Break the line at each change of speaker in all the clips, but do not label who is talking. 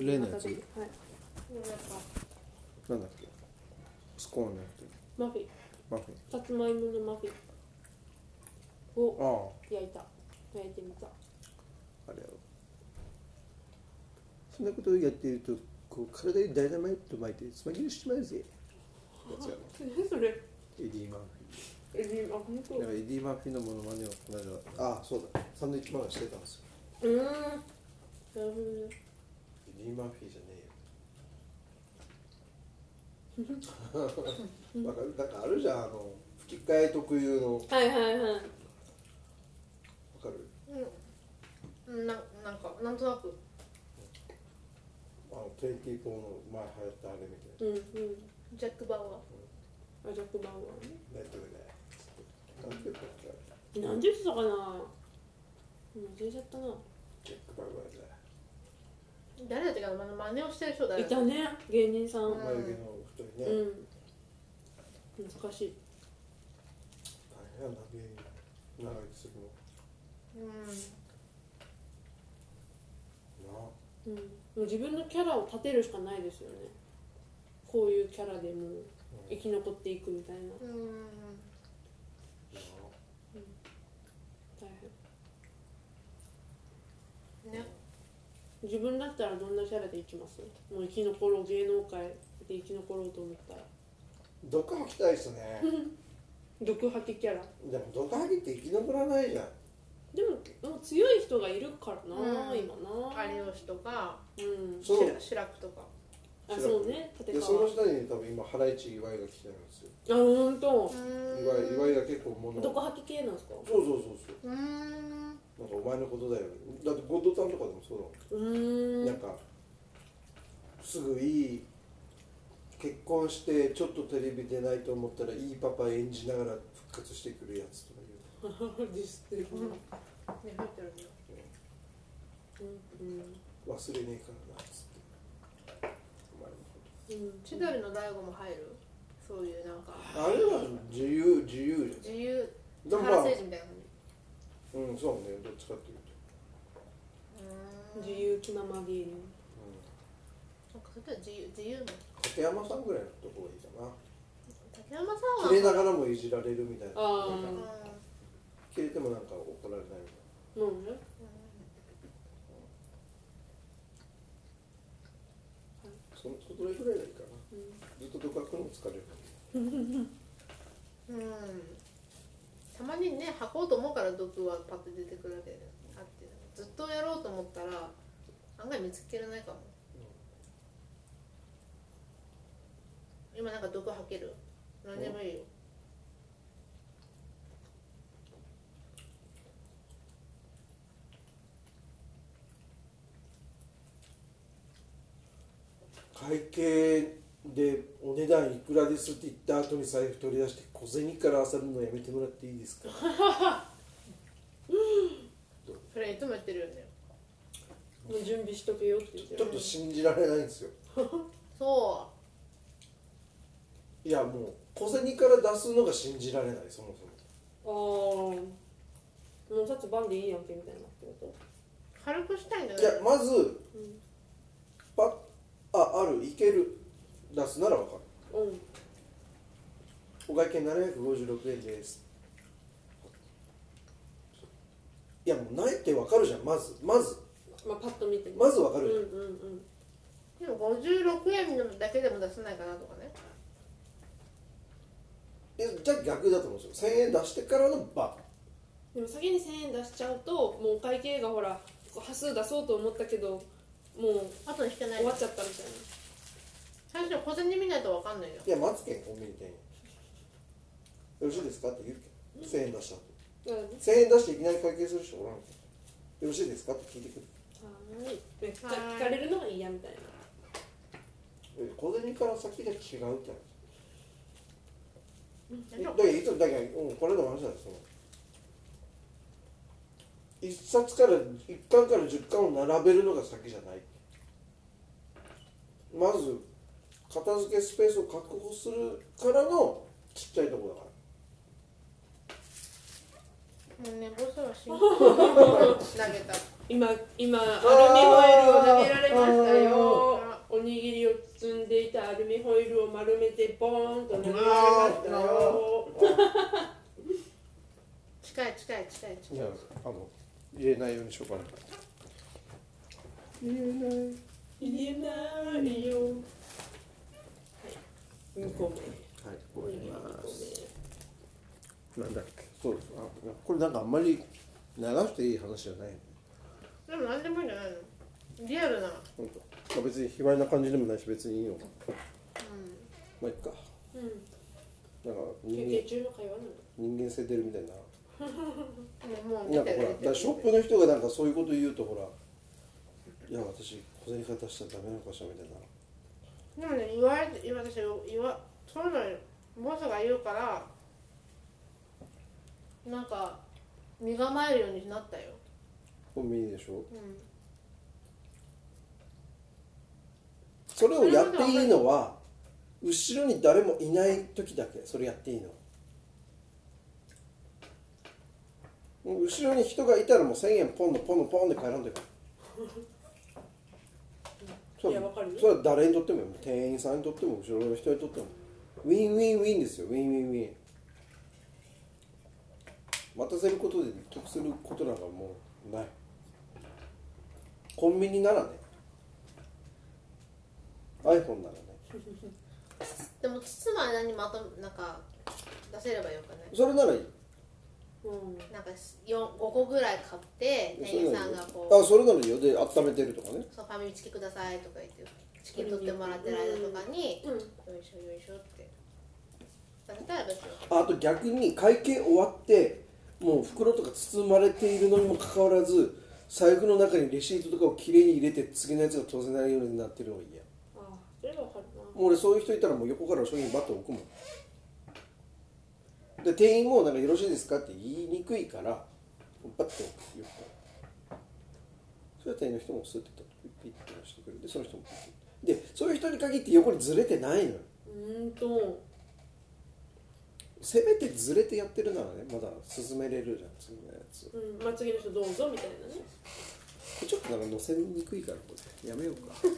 例のやつ
はいでもやっぱ
なんだっけスコーンじゃなくて
マフィン
マフィン
さつまいものマフィンを
あ
焼いた焼いてみた
ああれやろそんなことをやっているとこう体にダイナマイト巻いてつまぎれしちまうぜやつやろ
何それ
エディ・マーフ
えでもあ本当
ィ
う
ーなんかエディ・マーフィーのモノマネをこの間ああそうだサンドイッチマンがしてたんですよ
ーんなるほどね
エディ・マーフィーじゃねえよわかるなんかあるじゃんあの吹き替え特有のわ
はいはいはい
かる
うんななんかなんとなく
あの24の前流行ったあれみたい
う
な
んうん
ジャック・バウアー
あじゃあこんばんは
ネットでね。なんていうか
何で言ってたかなうん忘れちゃったな
チェックバウアーで。
誰だったかなま真似をしてる人誰
い
だった
たね芸人さんうん
眉毛の太いね。
難しい
大変やな、芸人。長生きする
うん
の。なあ。
うんでも自分のキャラを立てるしかないですよねこういうキャラでもう生き残っていくみたいな
うん
なあ
大変
ね
自分だったらどんなキャラでいきますもう生き残ろう芸能界で生き残ろうと思ったら
毒吐きたいっすね。
毒吐きキャラ
でも毒吐きって生き残らないじゃん。
でももう強い人がいるからな、
うん
今な
有吉とか
うん
そう
白白くとか
あそうね立
で、その
川
下に多分今、ハライチ岩井が来てるんですよ。
あ本当
う。
岩井、岩
ん
井が結構物を。
毒吐き系なんですか
そうそうそうそう。
う
な
ん
んかお前のことだよ。だってゴッドタンとかでもそうだもん。
うーん
なんかすぐいい結婚してちょっとテレビ出ないと思ったらいいパパ演じながら復活してくるやつとかいう
ディスってる
うんね入ってるね
うん
忘れねえからなっつってお前のこ
うん
千鳥の大悟も入るそういうなんか
とあれは自由自由じゃん
自由
だか
田原
ら
誠司みたいな感
うんそうねどっちかっていうと、
じ
自
うん
由気まま芸人
う
なんかそれとは自由自由の
ん、竹山さんぐらいのとこがいいか
竹山
な
さ
切れ
ん
な
は
がらもいじられるみたいな
あー
なんか
うん
切れてもなんか怒られないみたい
うんね
なそそれぐらいがいいかな
うん
ずっと独学のも疲れる
うんたまにね吐こうと思うから毒はパッと出てくるわけであってずっとやろうと思ったら案外見つけられないかも、今なんか毒吐ける何でもいいよ、
会計でお値段いくらですって言った後に財布取り出して小銭から漁るのやめてもらっていいですか
それいつも言ってるよね
もう準備しとけよって言って
ちょっと信じられないんですよ
そ
いやもう小銭から出すのが信じられないそもそも
ああもうさっきバンでいいやんけみたいなってこ
う軽くしたいんだ
いや
よね
まず
うん
パッああるいける出すならわかる
とうん
お会計756円ですいやもうないってわかるじゃんまずまず
まあパッと見てね
まずわか
うん
るじゃん、
うんうん
でも56円だけでも出せないかなとかね
えじゃあ逆だと思うんですよ1000円出してからのバ
でも先に1000円出しちゃうともうお会計がほら端数出そうと思ったけどもう
あとに引けない
終わっちゃったみたいな
最初に小銭見ないと分かんないよ
いや、待つけん、コンビニ店員。よろしいですかって言うけん。1000円出した後。
だからね
1000円出していきなり会計する人おらんけん。よろしいですかって聞いてくる。
はーいめっちゃ
はー
聞
い
かれるのが嫌みたいな
え小銭から先が違うって話。え
で
だ
も
から、いつだけど、うん、これの話なんですよ。一冊から、一巻から十巻を並べるのが先じゃない。まず、片付けスペースを確保するからのちっちゃいとこだから。
もうねボスは死んで投げた
今今アルミホイルを投げられましたよにホイールを丸めてボーンと投げ上げましたよ
近い近い近い近
い
い
やあの入れないようにしようかな入れない
言えないよはい2個
はい
目
ごめんな
2個
いなんだっけそうですあこれなんかあんまり流していい話じゃないよね
でも何でもいいんじゃないのリアルなうん
本当まあ別に卑猥な感じでもないし別にいいのかまあいっか
目うん
なんか
休
人
憩
間
中の会話なの
人間性出るみたいな
もうもう
な
見
んか
て
ほら
る
だか
見て
ら
る
ショップの人がなんかそういうこと言うとほらいや私小銭方したらダメなのかしらみたいな
でもね言われて今私言わそういうのボスが言うからなんか身構えるようになったよ、
コンビニでしょ
うん、
それをやっていいのは後ろに誰もいない時だけそれやっていいのもう後ろに人がいたらもう1000円ポンのポンのポンで帰らんといかん そ
い
れ
や
は
わかるよ
それは誰にとってもよ店員さんにとっても後ろの人にとってもウィンウィンウィンですよウィンウィンウィン待たせることで得することなんかもうないコンビニならね iPhone ならね
でも包む間にまたなんか出せればよくない
それならいい
うん
なんか5個ぐらい買って
そ
店
れ
員
なら
さ
いい
ん
よ
がこ
あそれならいいよで温めてるとかね
う「そうファミチキください」とか言ってチキン取ってもらってる間とかに「
うん
よいしょよいしょ」って出せたら別に
ああと逆に会計終わってもう袋とか包まれているのにもかかわらず財布の中にレシートとかをきれいに入れて次のやつが通せないようになってるのが嫌も
ああそれはわかるな
う俺そういう人いたらもう横から商品バッと置くもんで店員もなんか「よろしいですか?」って言いにくいからバッと言ったそれは店員の人もスッて取ってピッて出してくるでその人もピッてでそういう人に限って横にずれてないのよ
うーんと
せめてずれてやってるならねまだ進めれるじゃん次のやつ
うんまあ次の人どうぞみたいなね
ちょっとなんか乗せにくいからこれやめよう か
い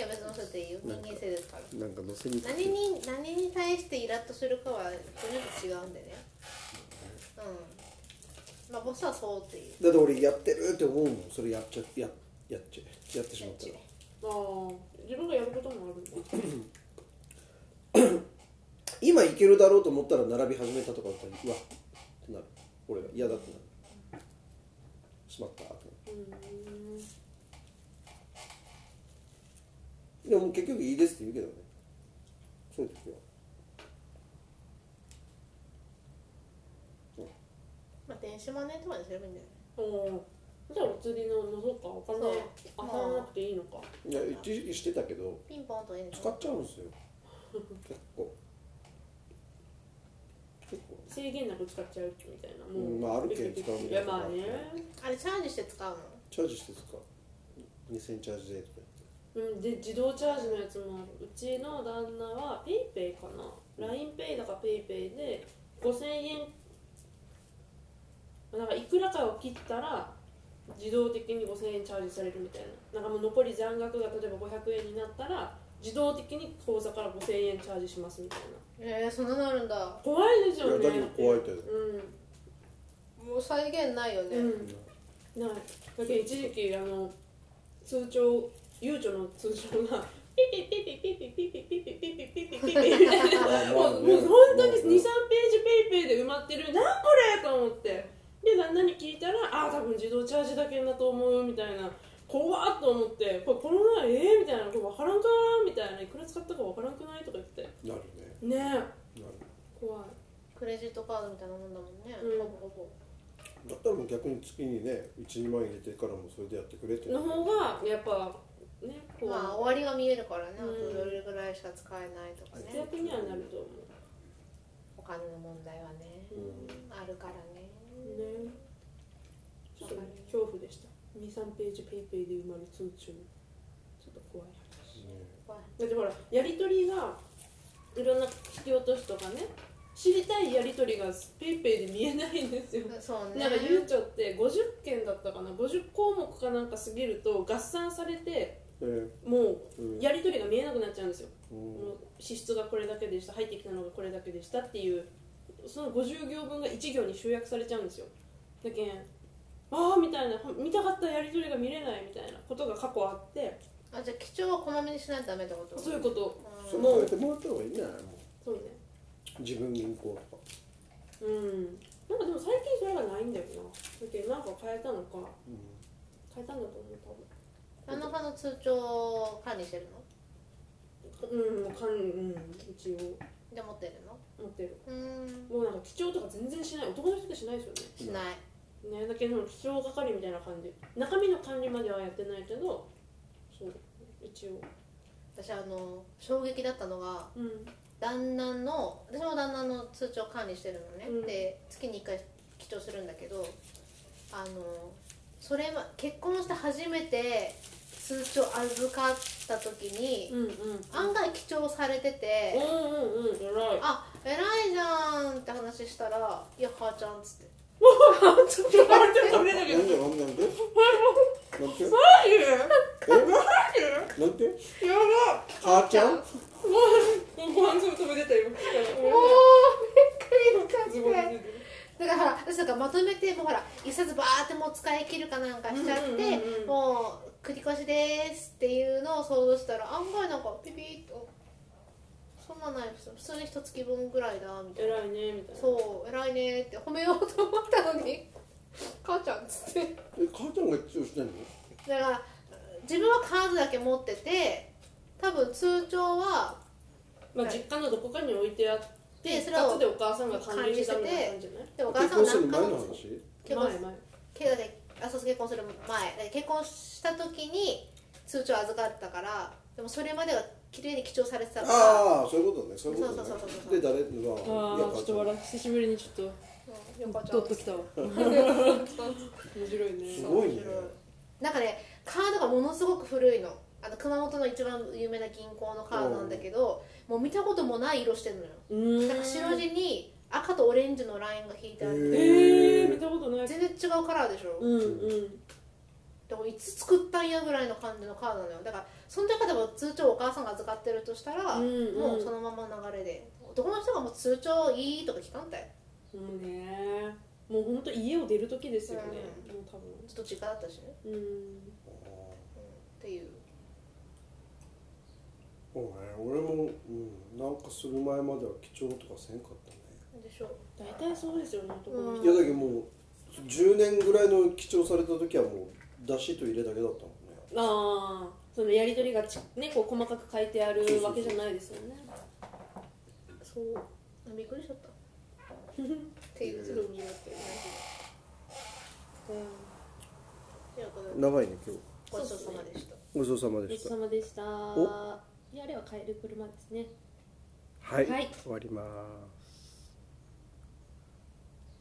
や別に乗せていいよ人間性ですから
なんか乗せにくい
何に何に対してイラッとするかは人によって違うんでねうんまあボスはそうっていう
だって俺やってるって思うもんそれやっちゃややっちゃやってしまったら
ああ自分がやることもあるんだ
今いけるだろうと思ったら並び始めたとかだったらうわってなる俺が嫌だってなるしまったってなる
うん
でも結局いいですって言うけどねそういう時は
まあ電子マネーとかにすればいいんじゃない
おおじゃあお釣りののぞかお金
そう
あさなくていいのか
いや一時期してたけど
ピンポンといいんじゃ
使
な
っ
い
ちゃうんですよ結構結構
制限なく使っちゃうみたいなも
うんまああるけん使うみ
い
たい
や
な
まあね
あれチャージして使うの
チャージして使う2000チャージでとか
うんで自動チャージのやつもあるうちの旦那は PayPay かな LINEPay だか PayPay で5000円なんかいくらかを切ったら自動的に5000円チャージされるみたいななんかもう残り残額が例えば500円になったら自動的に口座から5000円チャージしますみたいな
えー、そんなのあるんだ
怖いですよね
いやだけど怖いって
うん
もう再現ないよね、
うん、ないだけど一時期あの通帳ゆうちょの通帳がピピピピピピピピピピピピピピピみたいな
言って
もうもう本当に23ページペイペイで埋まってるなんこれと思ってで旦那に聞いたらああ多分自動チャージだけんだと思うみたいな怖っと思ってこれこの前ええみたいなこれ分からんかなみたいないくら使ったか分からんくないとか言って
なる
ね
ね
え
なる
怖い
クレジットカードみたいなもんだもんね、
うん
ほぼほぼ
だったらもう逆に月にね12万円入れてからもうそれでやってくれって
の方がやっぱね怖い、
まあ終わりが見えるからね、あ
うん
とどれぐらいしか使えないとか
節
ね
約にはなると思
お金の問題はね
う、
うん
あるからね
ねちょっと恐怖でした23ページペイペイで埋まる通知もちょっと怖い
怖い
だってほらやり取りがいろんな引き落としとかね知りたいやり取りがペイペイで見えないんですよ
そうね
なんかゆうちょって50件だったかな50項目かなんか過ぎると合算されて
え
も
えうん
うやり取りが見えなくなっちゃうんですよ、
うん
もう支出がこれだけでした入ってきたのがこれだけでしたっていうその50行分が1行に集約されちゃうんですよだけんああみたいなほ見たかったやり取りが見れないみたいなことが過去あって
あじゃあ基調はこまめにしないとダメってこと
そういうこと
そ
うん
れ変えてもらった方がいいんじゃないも
そうね
う自分銀行とか
うんなんかでも最近それがないんだよなだけどなんか変えたのか
うん
変えたんだと思う多分
旦那さんの通帳を管理してるの
うん、かん、うん、一応
で持ってるの
持ってる。
うーん
もうなんか記帳とか全然しない、男の人ってしないですよ
しない
ね。ね、だけど、記帳係みたいな感じ。中身の管理まではやってないけど。そう、一応。
私あの衝撃だったのが
うん、
旦那の私も旦那の通帳管理してるのね、
うん
で月に1回記帳するんだけどあのそれは結婚して初めて通帳預かった時に、
うん、うん。
案外記帳されてて、
うん、うん、うん、偉い。
あ偉いじゃんって話したら「いや母ちゃん」っつって
ちょっと待って、それだけ
なん
ど。
でなんでなんでなんで
マジ。マ
え
ジ。
なんで
やば。
母ちゃん
すごい。もう、半袖飛び出たよ。
おおびっくり
ズ
し
ボン
ちゃ
脱
って
いで
だからほら私なんかまとめてもうほら一冊バーってもう使い切るかなんかしちゃって、
うんうんうんうん
もう繰り越しですっていうのを想像したら案外なんかピピッとそんなないですよ普通に一月分ぐらいだみたいな
偉いね、みたいな。
そう偉いねって褒めようと思ったのに母ちゃんっつって
え母ちゃんが必要してんの
だから自分はカードだけ持ってて多分通帳は
まあ、実家のどこかに置いてあって、
で
一
それを
発でお母さんが管理してたみたいな感じじゃない。
でもお母
結
さん
婚する
何
前
回
の
も
話
前
結婚
前
けどであそうそう結婚する前で結婚した時に通帳預かったからでもそれまでは綺麗に記帳されてたから
ああそういうことねそういうことね
そうそうそうそ
で
う
誰が
あーちょっと
いや
笑う久しぶりにちょっ
うんよかっ
と
た
ドッときたわ面白い
す
ね
ごいね
なんかねカードがものすごく古いのあの熊本の一番有名な銀行のカードなんだけどもう見たこともない色してるのよ
うーん
なんか白地に赤とオレンジのラインが引いてある
へ
えー、見たことない
全然違うカラーでしょ、
うんうん
でもいつ作ったんやぐらいの感じのカードなのよだからその中でも通帳をお母さんが預かってるとしたら、
うんうん
もうそのまま流れで男の人がもう通帳いいとか聞かんたよ
もうねもう本当家を出る時ですよね、もう多
ちょっと実家だったしね、
分うん
うんっていう
そうね俺も、うん、なんかする前までは貴重とかせんかったね
でしょ
大体そうですよね男の
うん
いやだけどもう10年ぐらいの記帳された時はもう出しと入れだけだったもんね
人ああそのやり取りがちねこう細かく書いてあるわけじゃないですよね
そうあびっくりしちゃった っていう
ちょっと面白かったよねうん
ということで
長いね今日
ごちそうさまでした
ごちそうさま
ご
で
ち
し
そう
た
さまでした
お
いやあれは買える車ですね
はい、
はい
終わります